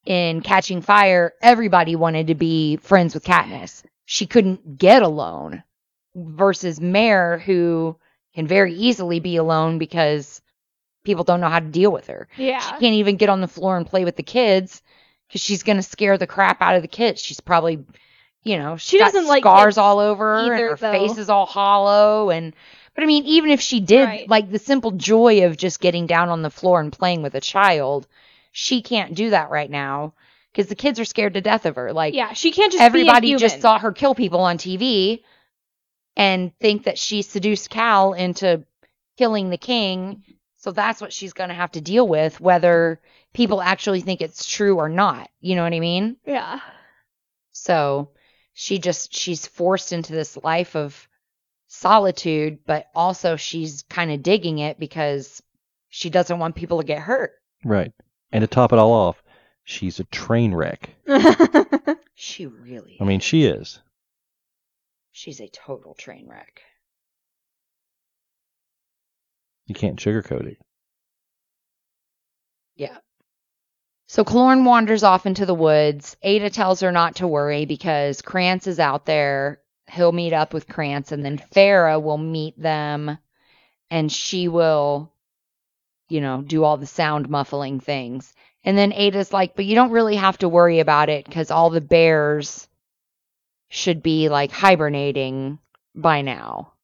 in Catching Fire, everybody wanted to be friends with Katniss. She couldn't get alone. Versus Mare, who can very easily be alone because people don't know how to deal with her. She
Yeah.
can't even get on the floor and play with the kids because she's gonna scare the crap out of the kids. She's probably, you know,
She
she got
doesn't like
scars
kids
all over her,
either,
and her
though.
face is all hollow. And but I mean, even if she did,
Right.
like the simple joy of just getting down on the floor and playing with a child, she can't do that right now because the kids are scared to death of her. Like
Yeah. She can't just be a
everybody
human.
just saw her kill people on TV and think that she seduced Cal into killing the king. So that's what she's going to have to deal with, whether people actually think it's true or not. You know what I mean?
Yeah.
[laughs]
[laughs]
So she just, she's forced into this life of solitude, but also she's kind of digging it because she doesn't want people to get hurt.
Right. And to top it all off, she's a train wreck.
She really.
I mean, she is.
she's a total train wreck.
You can't sugarcoat it.
So Kalorn wanders off into the woods. Ada tells her not to worry because Krantz is out there. He'll meet up with Krantz and then Farah will meet them and she will, you know, do all the sound muffling things. And then Ada's like, but you don't really have to worry about it because all the bears should be like hibernating by now.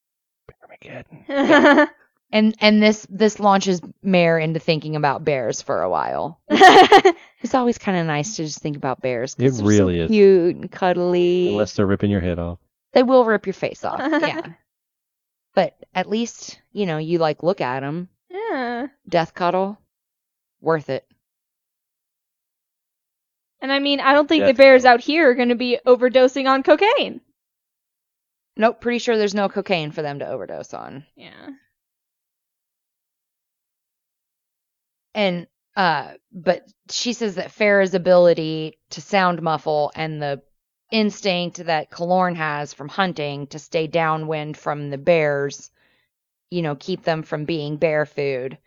Armageddon.
And and this this launches Mare into thinking about bears for a while. It's always kind of nice to just think about bears. 'cause
It
they're so
really is.
cute and cuddly.
Unless they're ripping your head off.
They will rip your face off. yeah, but at least you know you like look at them.
yeah.
Death cuddle, worth it.
And I mean, I don't think
Death
the bears
row.
out here are going to be overdosing on cocaine.
Nope, pretty sure there's no cocaine for them to overdose on.
Yeah.
And uh, but she says that Farah's ability to sound muffle and the instinct that Kalorn has from hunting to stay downwind from the bears, you know, keep them from being bear food.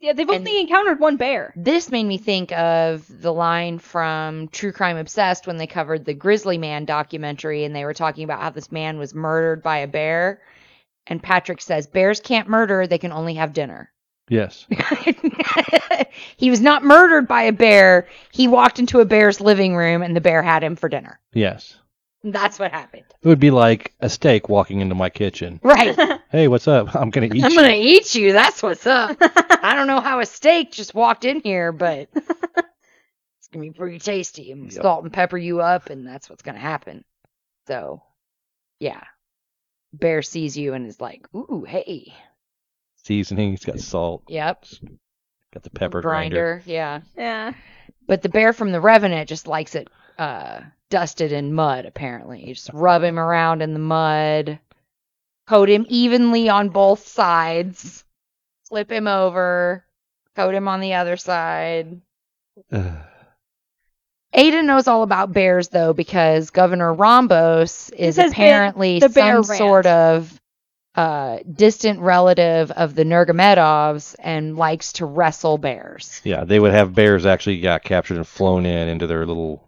Yeah, they've
And-
only encountered one bear.
This made me think of the line from True Crime Obsessed when they covered the Grizzly Man documentary and they were talking about how this man was murdered by a bear. And Patrick says, Bears can't murder, they can only have dinner. [laughs]
Yes.
he was not murdered by a bear. He walked into a bear's living room and the bear had him for dinner.
Yes.
That's what happened.
It would be like a steak walking into my kitchen.
Right.
Hey, what's up? [laughs] I'm gonna eat.
I'm
you.
going to eat you. That's what's [laughs] up. I don't know how a steak just walked in here, [laughs] but it's going to be pretty tasty. I'm gonna
Yep.
salt and pepper you up, and that's what's going to happen. So, yeah. Bear sees you and is like, ooh, hey.
Seasoning. It's got salt.
Yep.
Got the pepper grinder.
grinder. Yeah.
Yeah.
But the bear from The Revenant just likes it uh, dusted in mud, apparently. You just rub him around in the mud, coat him evenly on both sides, flip him over, coat him on the other side.
Ugh.
Ada knows all about bears, though, because Governor Rombos is
has been
apparently
the
some
bear ranch.
sort of uh, distant relative of the Nergamedovs and likes to wrestle bears.
Yeah, they would have bears actually got captured and flown in into their little.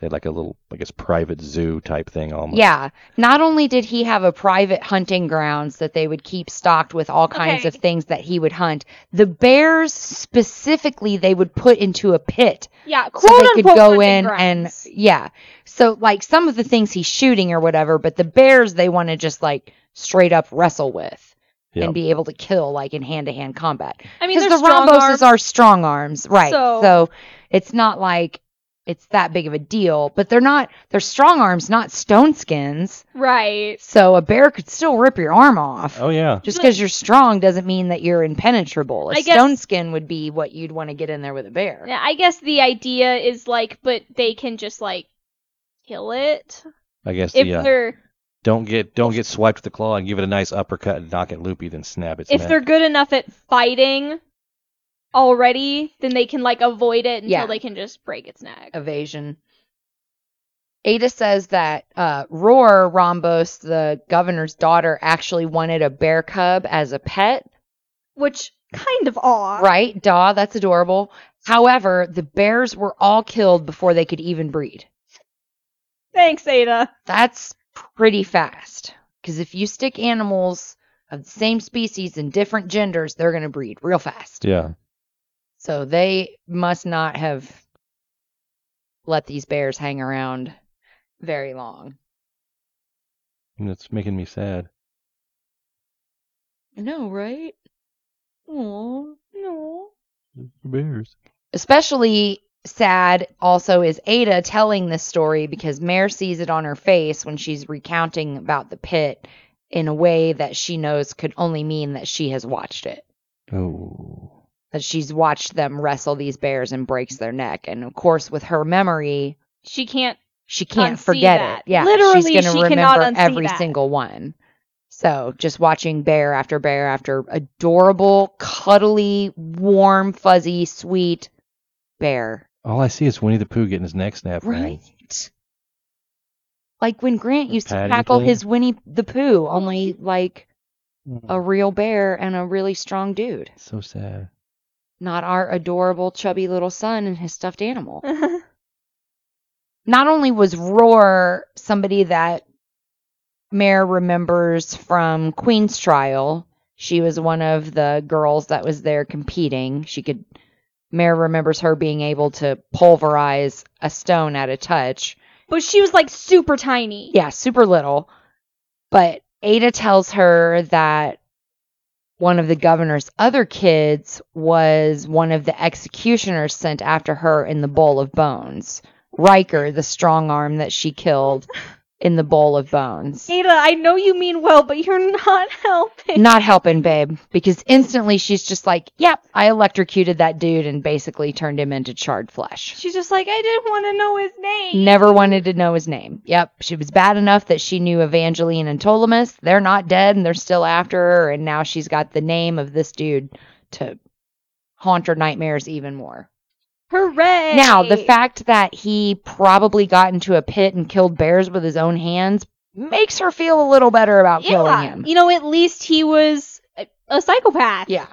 They had like a little, I guess, private zoo type thing almost.
Yeah. Not only did he have a private hunting grounds that they would keep stocked with all kinds
Okay.
of things that he would hunt, the bears specifically they would put into a pit
Yeah. Quote
so they could
unquote
go
hunting
in
grounds.
and yeah. So like some of the things he's shooting or whatever, but the bears they want to just like straight up wrestle with
Yep.
and be able to kill like in hand to hand combat.
I mean,
Because
they're
the
strong
Romboses
arms.
are strong arms, right? So,
So-
it's not like it's that big of a deal, but they're not they're strong arms, not stone skins.
right.
So a bear could still rip your arm off.
Oh yeah.
Just because you're strong doesn't mean that you're impenetrable. A
I guess-
stone skin would be what you'd want to get in there with a bear.
Yeah, I guess the idea is like, but they can just like kill it
I guess.
if
yeah.
they're
Don't get don't get swiped with the claw and give it a nice uppercut and knock it loopy, then snap its
if
neck.
they're good enough at fighting already, then they can like avoid it until
Yeah.
they can just break its neck.
evasion. Ada says that uh, Roar Rombos, the governor's daughter, actually wanted a bear cub as a pet.
Which kind of odd.
Right? Daw, that's adorable. However, the bears were all killed before they could even breed.
Thanks, Ada.
That's pretty fast. Because if you stick animals of the same species and different genders, they're going to breed real fast.
Yeah.
So they must not have let these bears hang around very long.
And it's making me sad.
I know, right? Aww.
No.
Bears.
Especially sad also is Ada telling this story because Mare sees it on her face when she's recounting about the pit in a way that she knows could only mean that she has watched it.
Oh.
That she's watched them wrestle these bears and breaks their neck. And of course, with her memory,
She can't.
she can't
Unsee
forget
that.
it. Yeah,
Literally,
she's gonna
she cannot
remember
unsee
every
that.
single one. So just watching bear after bear after adorable, cuddly, warm, fuzzy, sweet bear.
All I see is Winnie the Pooh getting his neck snapped. man.
Right. Like when Grant used to
Patty
tackle
thing? Mm-hmm.
his Winnie the Pooh, only like a
Mm.
real bear and a really strong dude,
So sad.
not our adorable, chubby little son and his stuffed
[laughs]
animal. not only was Roar somebody that Mare remembers from Queen's Trial, she was one of the girls that was there competing. She could, Mare remembers her being able to pulverize a stone at a touch.
but she was like super tiny.
Yeah, super little. But Ada tells her that one of the governor's other kids was one of the executioners sent after her in the Bowl of Bones. Riker, the strong arm that she killed in the Bowl of Bones.
Ada, I know you mean well, but you're not [laughs] helping.
Not helping, babe, because instantly she's just like, yep, I electrocuted that dude and basically turned him into charred flesh.
She's just like, I didn't want to know his name.
Never wanted to know his name. Yep, she was bad enough that she knew Evangeline and Ptolemus. They're not dead and they're still after her, and now she's got the name of this dude to haunt her nightmares even more.
Hooray!
Now, the fact that he probably got into a pit and killed bears with his own hands makes her feel a little better about killing
yeah,
him.
you know, at least he was a, a psychopath.
Yeah.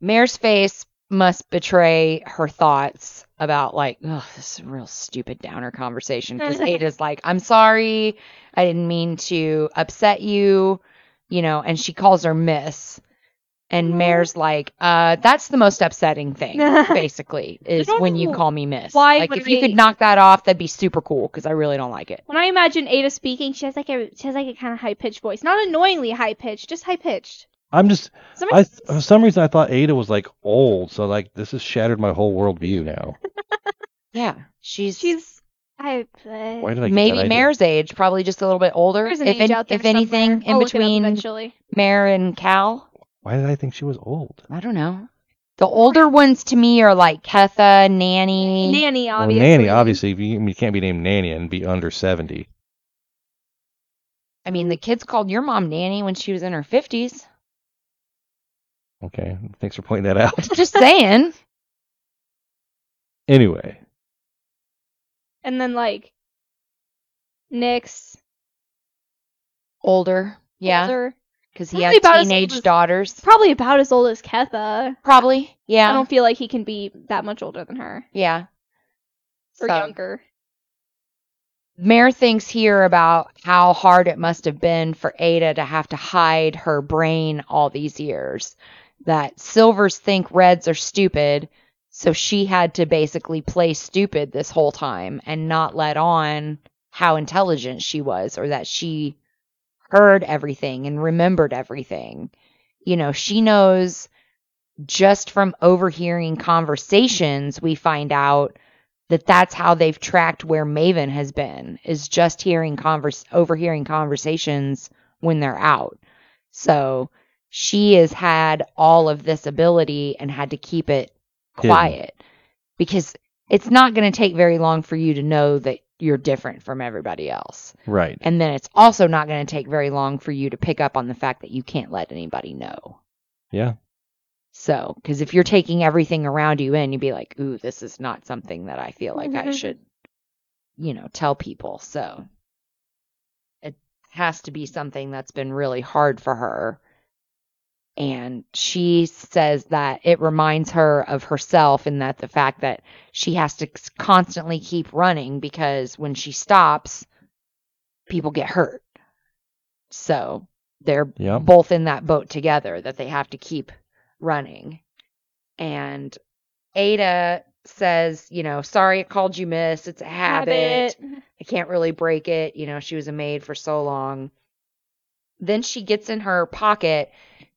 Mare's face must betray her thoughts about like, oh, this is a real stupid downer
[laughs]
conversation because Ada's like, I'm sorry, I didn't mean to upset you, you know, and she calls her Miss,
Mm-hmm.
and Mare's like, uh, that's the most upsetting
[laughs]
thing, basically, is
don't
when you
know
call me Miss.
why
like,
would
if you could
I-
knock that off, that'd be super cool because I really don't like it.
When I imagine Ada speaking, she has like a she has like a kind of high pitched voice, not annoyingly high pitched, just high pitched.
I'm just. I
Somebody,
th- for some reason I thought Ada was like old, so like this has shattered my whole worldview now.
Yeah, she's
she's I. Uh,
Why did I get that
maybe
idea?
Mare's age, probably just a little bit older.
There's an
if
age
an-
out there
if anything,
somewhere. I'll
in
look it up
between
eventually.
Mare and Cal.
Why did I think she was old?
I don't know. The older ones to me are like Ketha, Nanny.
Nanny, obviously.
Well, nanny, obviously, you, you can't be named nanny and be under seventy.
I mean, the kids called your mom Nanny when she was in her 50s.
[laughs]
Okay, thanks for pointing
[laughs]
that out.
Just saying.
anyway,
And then like, Nick's
Older. Yeah.
older,
Because he
Probably
had
about as old
teenage
as-
daughters.
probably about as old as Ketha.
Probably.
I
Yeah.
don't feel like he can be that much older than her
Yeah.
or
So-
younger.
Mare thinks here about how hard it must have been for Ada to have to hide her brain all these years. That silvers think reds are stupid, so she had to basically play stupid this whole time and not let on how intelligent she was or that she heard everything and remembered everything. You know, she knows just from overhearing conversations, we find out that that's how they've tracked where Maven has been is just hearing converse overhearing conversations when they're out. So she has had all of this ability and had to keep it
Hidden.
quiet because it's not going to take very long for you to know that you're different from everybody else.
right.
And then it's also not going to take very long for you to pick up on the fact that you can't let anybody know.
Yeah.
So, because if you're taking everything around you in, you'd be like, ooh, this is not something that I feel like I should, you know, tell people. So it has to be something that's been really hard for her. And she says that it reminds her of herself, and that the fact that she has to c- constantly keep running because when she stops, people get hurt. So they're
Yep.
both in that boat together that they have to keep running. And Ada says, you know, sorry I called you miss. It's a habit. I can't really break it. You know, she was a maid for so long. Then she gets in her pocket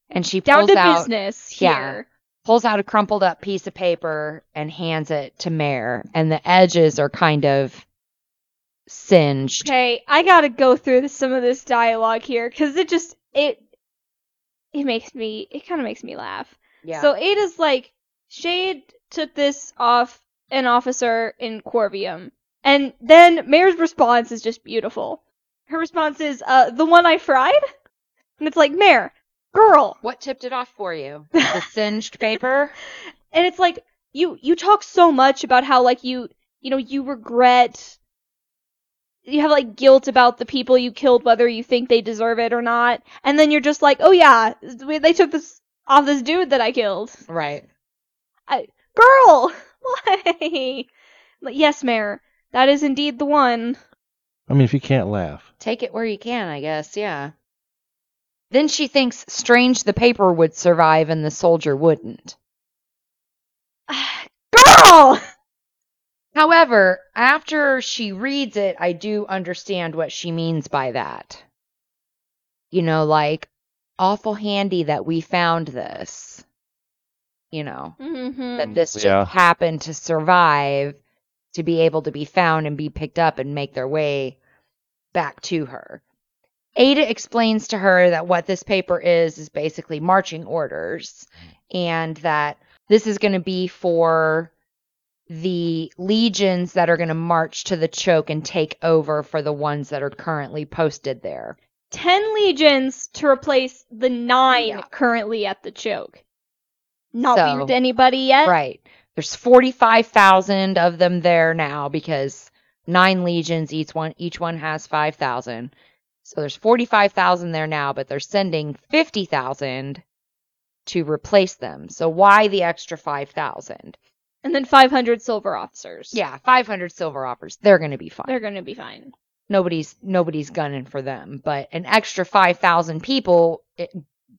and she
Down
pulls
to
out
business
yeah.
here.
pulls out a crumpled up piece of paper and hands it to Mare. And the edges are kind of singed.
Okay, I gotta go through this- some of this dialogue here because it just it it makes me it kind of makes me laugh. So Ada's like, Shade took this off an officer in Corvium, and then Mayor's response is just beautiful. Her response is, uh, the one I fried, and it's like Mayor, girl,
what tipped it off for you?
[laughs]
The singed paper?
and it's like you you talk so much about how like you you know you regret you have like guilt about the people you killed, whether you think they deserve it or not, and then you're just like, oh yeah, we- they took this off this dude that I killed.
Right.
Girl, [laughs] why? Like, yes, Mayor, that is indeed the one. [sighs]
I mean, if you can't laugh,
Take it where you can, I guess. Yeah.
Then she thinks strange the paper would survive and the soldier wouldn't.
Girl.
However, after she reads it, I do understand what she means by that. You know, like, awful handy that we found this. You know,
Mm-hmm.
that this just
Yeah.
happened to survive to be able to be found and be picked up and make their way back to her. Ada explains to her that what this paper is is basically marching orders and that this is going to be for the legions that are going to march to the choke and take over for the ones that are currently posted there.
Ten legions to replace the nine
Yeah.
currently at the choke. Not
So-
weird to anybody yet.
Right. There's 45,000 of them there now because nine legions each one each one has 5,000. So there's 45,000 there now, but they're sending 50,000 to replace them. So why the extra 5,000?
And then 500 silver officers.
Yeah, 500 silver offers. They're going to be fine.
They're going to be fine.
nobody's nobody's gunning for them, but an extra 5,000 people it,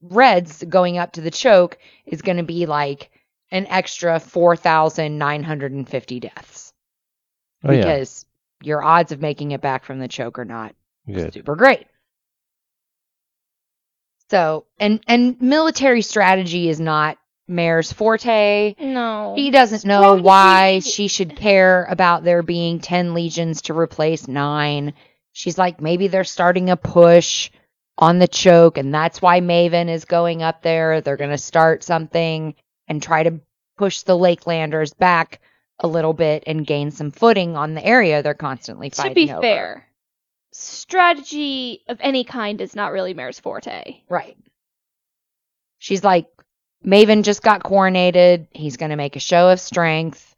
reds going up to the choke is going to be like an extra 4,950 deaths
oh yeah,
because your odds of making it back from the choke are not
good.
super great. So, and and military strategy is not Mayor's forte.
No.
She doesn't know
Strategy.
why she should care about there being 10 legions to replace 9. She's like, maybe they're starting a push on the choke, and that's why Maven is going up there. They're going to start something and try to push the Lakelanders back a little bit and gain some footing on the area they're constantly
to
fighting.
be
over.
fair, strategy of any kind is not really Mayor's forte.
Right. She's like, Maven just got coronated. He's going to make a show of strength.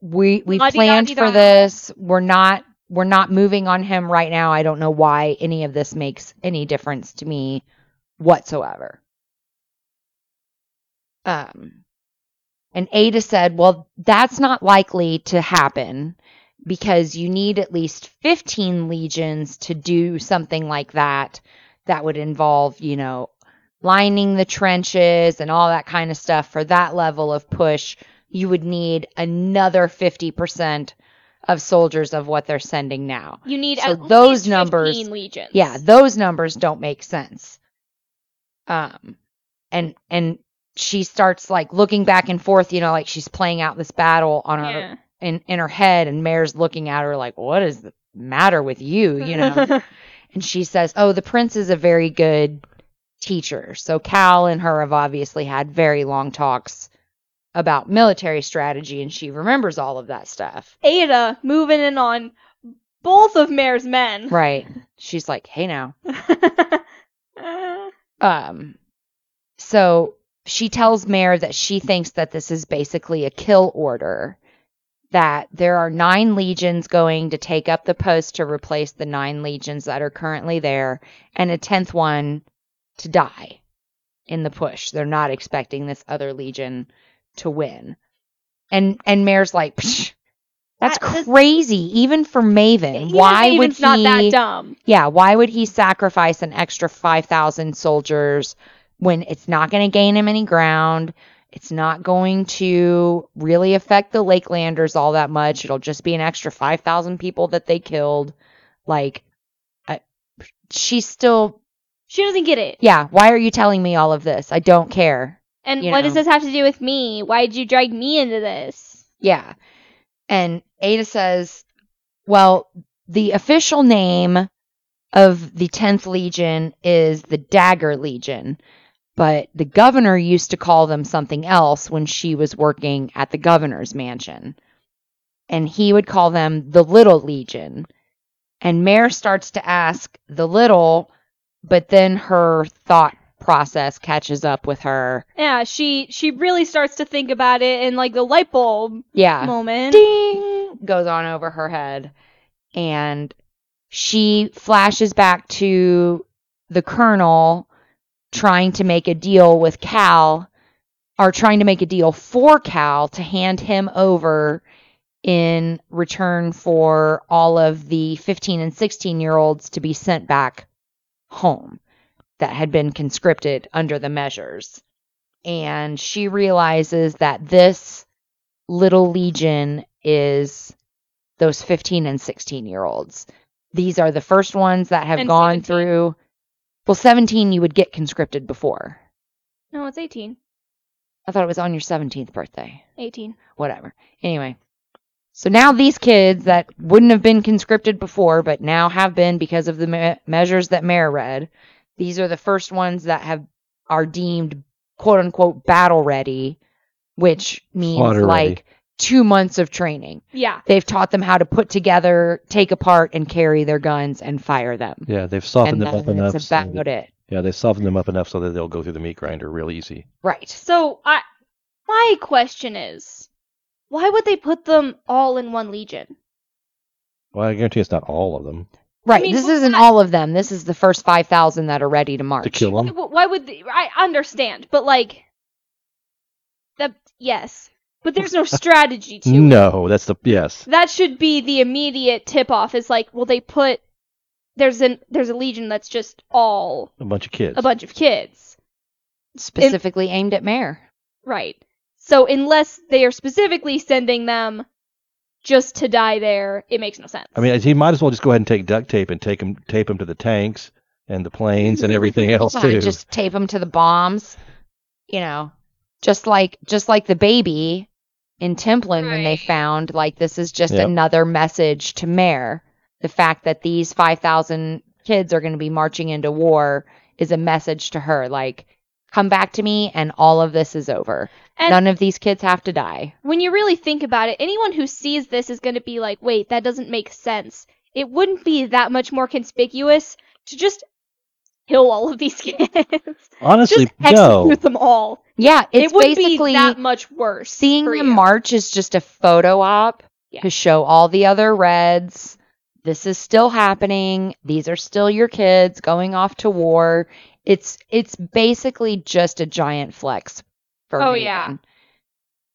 We we
La-di-da-di-da.
planned for this. We're not we're not moving on him right now. I don't know why any of this makes any difference to me whatsoever. Um and Ada said, "Well, that's not likely to happen because you need at least 15 legions to do something like that that would involve, you know, lining the trenches and all that kind of stuff for that level of push, you would need another 50% of soldiers of what they're sending now.
You need
So
at
those
least
numbers-
15 legions.
Yeah, those numbers don't make sense. Um and and she starts like looking back and forth, you know, like she's playing out this battle on her
Yeah.
in in her head and Mare's looking at her like, "What is the matter with you?"
[laughs]
you know. And she says, Oh, the prince is a very good teacher. So Cal and her have obviously had very long talks about military strategy, and she remembers all of that
[laughs]
stuff.
Ada moving in on both of Mayor's men.
Right. She's like, Hey, now.
[laughs]
Um, so she tells Mare that she thinks that this is basically a kill order, that there are nine legions going to take up the post to replace the nine legions that are currently there, and a tenth one to die in the push. They're not expecting this other legion to win. And and Mare's like, Psh, that's
That- this-
crazy, even for Maven.
Even
Why
if
would
Aiden's not
he-
that dumb?
yeah, why would he sacrifice an extra 5,000 soldiers when it's not going to gain him any ground? It's not going to really affect the Lakelanders all that much. It'll just be an extra 5,000 people that they killed. Like, I, she's still,
She doesn't get it.
yeah, why are you telling me all of this? I don't care.
And
you
what
know.
does this have to do with me? Why'd you drag me into this?
Yeah. And Ada says, well, the official name of the 10th Legion is the Dagger Legion, but the governor used to call them something else when she was working at the governor's mansion. And he would call them the Little Legion. And Mare starts to ask the little, but then her thought process catches up with her.
Yeah, she she really starts to think about it in like the light bulb
Yeah.
moment.
ding goes on over her head and she flashes back to the colonel trying to make a deal with Cal or trying to make a deal for Cal to hand him over in return for all of the 15 and 16 year olds to be sent back home that had been conscripted under the measures. And she realizes that this little legion is those 15 and 16 year olds. These are the first ones that have
And
gone
17.
through. Well, 17 you would get conscripted before.
No, it's 18.
I thought it was on your 17th birthday.
18.
Whatever. Anyway, so now these kids that wouldn't have been conscripted before, but now have been because of the me- measures that Mare read, these are the first ones that have are deemed quote unquote battle ready, which means
Slaughter
like
ready.
two months of training.
Yeah.
They've taught them how to put together, take apart, and carry their guns and fire them.
Yeah, they've
and
softened them up
that's
enough. so
about
that-
it.
yeah, they've softened them up enough so that they'll go through the meat grinder real easy.
Right.
So I my question is, why would they put them all in one legion?
Well, I guarantee it's not all of them
Right.
mean,
this
but
isn't
that-
all of them. This is the first 5,000 that are ready to march.
to kill them.
Wh- Why would they, I understand, but like that yes, but there's no strategy to it.
No, that's the yes.
That should be the immediate tip off is like, well they put there's an there's a legion that's just all
A bunch of kids.
a bunch of kids.
specifically aimed at Mare.
Right. So unless they are specifically sending them just to die there, it makes no sense.
I mean, he might as well just go ahead and take duct tape and take them, tape them to the tanks and the
[laughs]
planes and everything else
Why
too.
Just tape them to the bombs, you know, just like just like the baby in Templin when they
Right.
found like this is just
Yep.
another message to Mare. The fact that these five thousand kids are going to be marching into war is a message to her, like. Come back to me, and all of this is over.
And-
None of these kids have to die.
when you really think about it, anyone who sees this is going to be like, wait, that doesn't make sense. It wouldn't be that much more conspicuous to just kill all of these [laughs] kids.
Honestly,
just execute
no.
them all.
Yeah, it's
it would
basically
be that much worse.
seeing
for
them
you.
march is just a photo op
Yeah.
to show all the other reds this is still happening these are still your kids going off to war it's it's basically just a giant flex for
Oh,
Hayden.
yeah.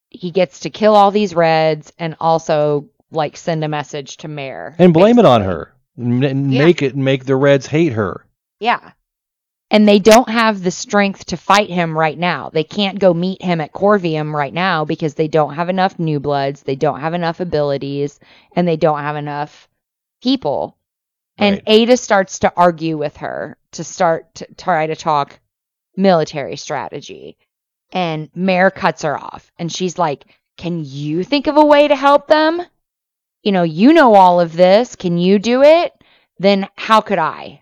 he gets to kill all these reds and also like send a message to mayor
and blame it on her. N- n-
Yeah.
Make it make the Reds hate her.
yeah and they don't have the strength to fight him right now. They can't go meet him at Corvium right now because they don't have enough new bloods, they don't have enough abilities, and they don't have enough people. And
Right.
Ada starts to argue with her to start to try to talk military strategy. And Mare cuts her off and she's like, Can you think of a way to help them? You know, you know all of this. Can you do it? Then how could I?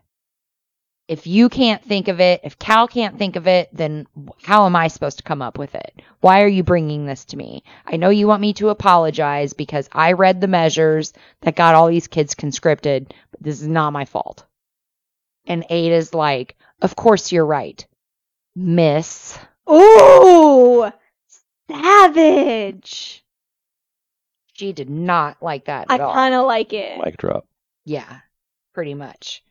if you can't think of it, if Cal can't think of it, then how am I supposed to come up with it? Why are you bringing this to me? I know you want me to apologize because I read the measures that got all these kids conscripted, but this is not my fault. And Ada's like, Of course you're right, miss.
Ooh, savage.
She did not like that
I
at all.
kind of like it.
Mic drop.
Yeah, pretty much.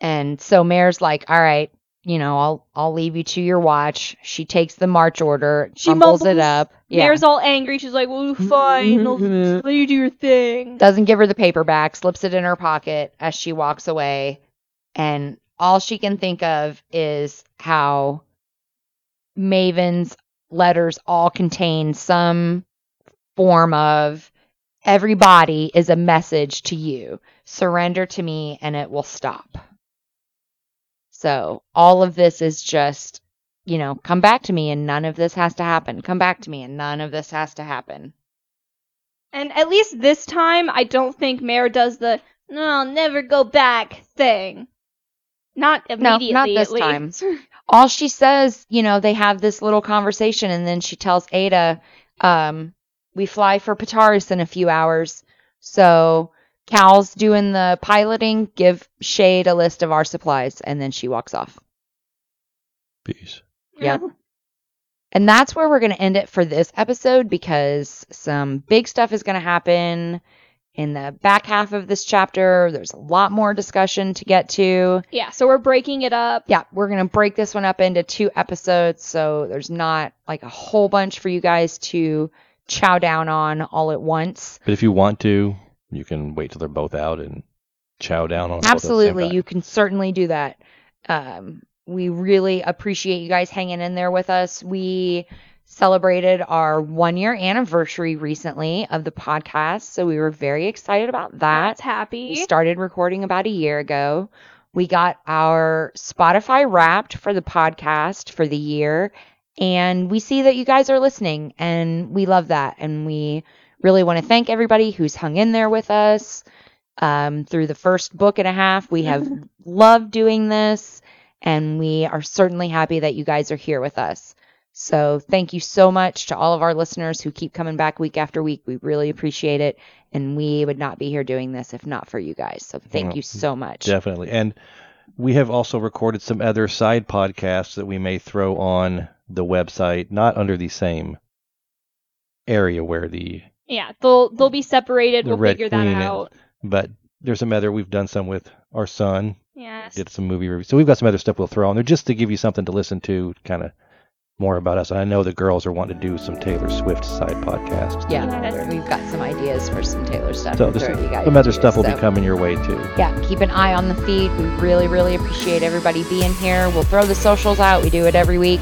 And so Mare's like, "All right, you know, I'll I'll leave you to your watch." She takes the march order,
She
mumbles it
mumbles.
up. Yeah,
Mare's all angry. She's like, well, fine. I'll just let you do your thing.
doesn't give her the paper back, slips it in her pocket as she walks away, and all she can think of is how Maven's letters all contain some form of everybody is a message to you. Surrender to me and it will stop. So all of this is just, you know, come back to me and none of this has to happen. Come back to me and none of this has to happen.
And at least this time, I don't think Mare does the "no, I'll never go back" thing. Not
not
immediately.
this
at least. [laughs]
time. all she says, you know, they have this little conversation, and then she tells Ada, um, "We fly for Pataris in a few hours, so Cal's doing the piloting. Give Shade a list of our supplies," and then she walks off.
Peace.
Yep. And that's where we're going to end it for this episode because some big stuff is going to happen in the back half of this chapter. There's a lot more discussion to get to.
Yeah, so we're breaking it up.
Yeah, we're going to break this one up into two episodes. So there's not like a whole bunch for you guys to chow down on all at once.
But if you want to, you can wait till they're both out and chow down on. both at the same
Absolutely.
time.
You can certainly do that. Um, we really appreciate you guys hanging in there with us. We celebrated our one year anniversary recently of the podcast. So we were very excited about that.
That's happy.
We started recording about a year ago. We got our Spotify wrapped for the podcast for the year. And we see that you guys are listening and we love that. And we really want to thank everybody who's hung in there with us um, through the first book and a half. We
[laughs]
have loved doing this and we are certainly happy that you guys are here with us. So thank you so much to all of our listeners who keep coming back week after week. We really appreciate it and we would not be here doing this if not for you guys. So thank
Well,
you so much.
Definitely. And we have also recorded some other side podcasts that we may throw on the website, not under the same area where the,
Yeah, they'll they'll be separated.
The
we'll
Red
figure
Queen
that
and-
out.
but there's some other, we've done some with our son,
Yes.
did some movie reviews. So we've got some other stuff we'll throw on there just to give you something to listen to, kind of more about us. And I know the girls are wanting to do some Taylor Swift side podcasts.
Yeah, we've got some ideas for some Taylor stuff.
So
to
there's
throw at you guys
some other
too,
stuff will
so-
be coming your way too.
yeah, keep an eye on the feed. We really, really appreciate everybody being here. We'll throw the socials out. We do it every week.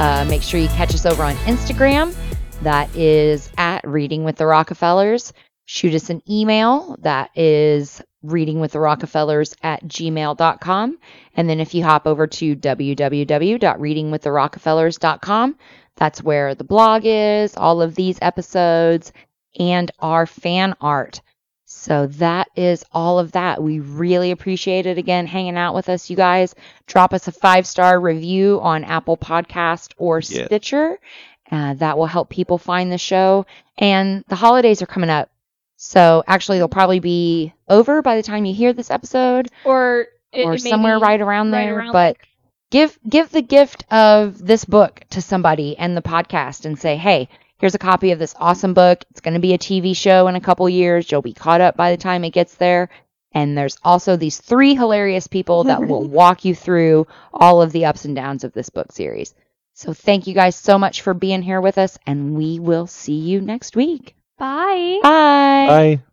Uh, make sure you catch us over on Instagram. That is at Reading with the Rockefellers. Shoot us an email. That is reading with the rockefellers at gmail.com and then if you hop over to www.readingwiththerockefellers.com that's where the blog is all of these episodes and our fan art so that is all of that. We really appreciate it again hanging out with us, you guys. Drop us a five star review on Apple Podcast or
Yeah.
Stitcher. Uh, that will help people find the show. And the holidays are coming up. So actually, they'll probably be over by the time you hear this episode
Or it,
or
it may
somewhere
be-
right around
right
there.
around
but give give the gift of this book to somebody and the podcast and say, hey, here's a copy of this awesome book. It's going to be a TV show in a couple years. You'll be caught up by the time it gets there. And there's also these three hilarious people
[laughs]
that will walk you through all of the ups and downs of this book series. So thank you guys so much for being here with us, and we will see you next week.
Bye.
Bye.
Bye.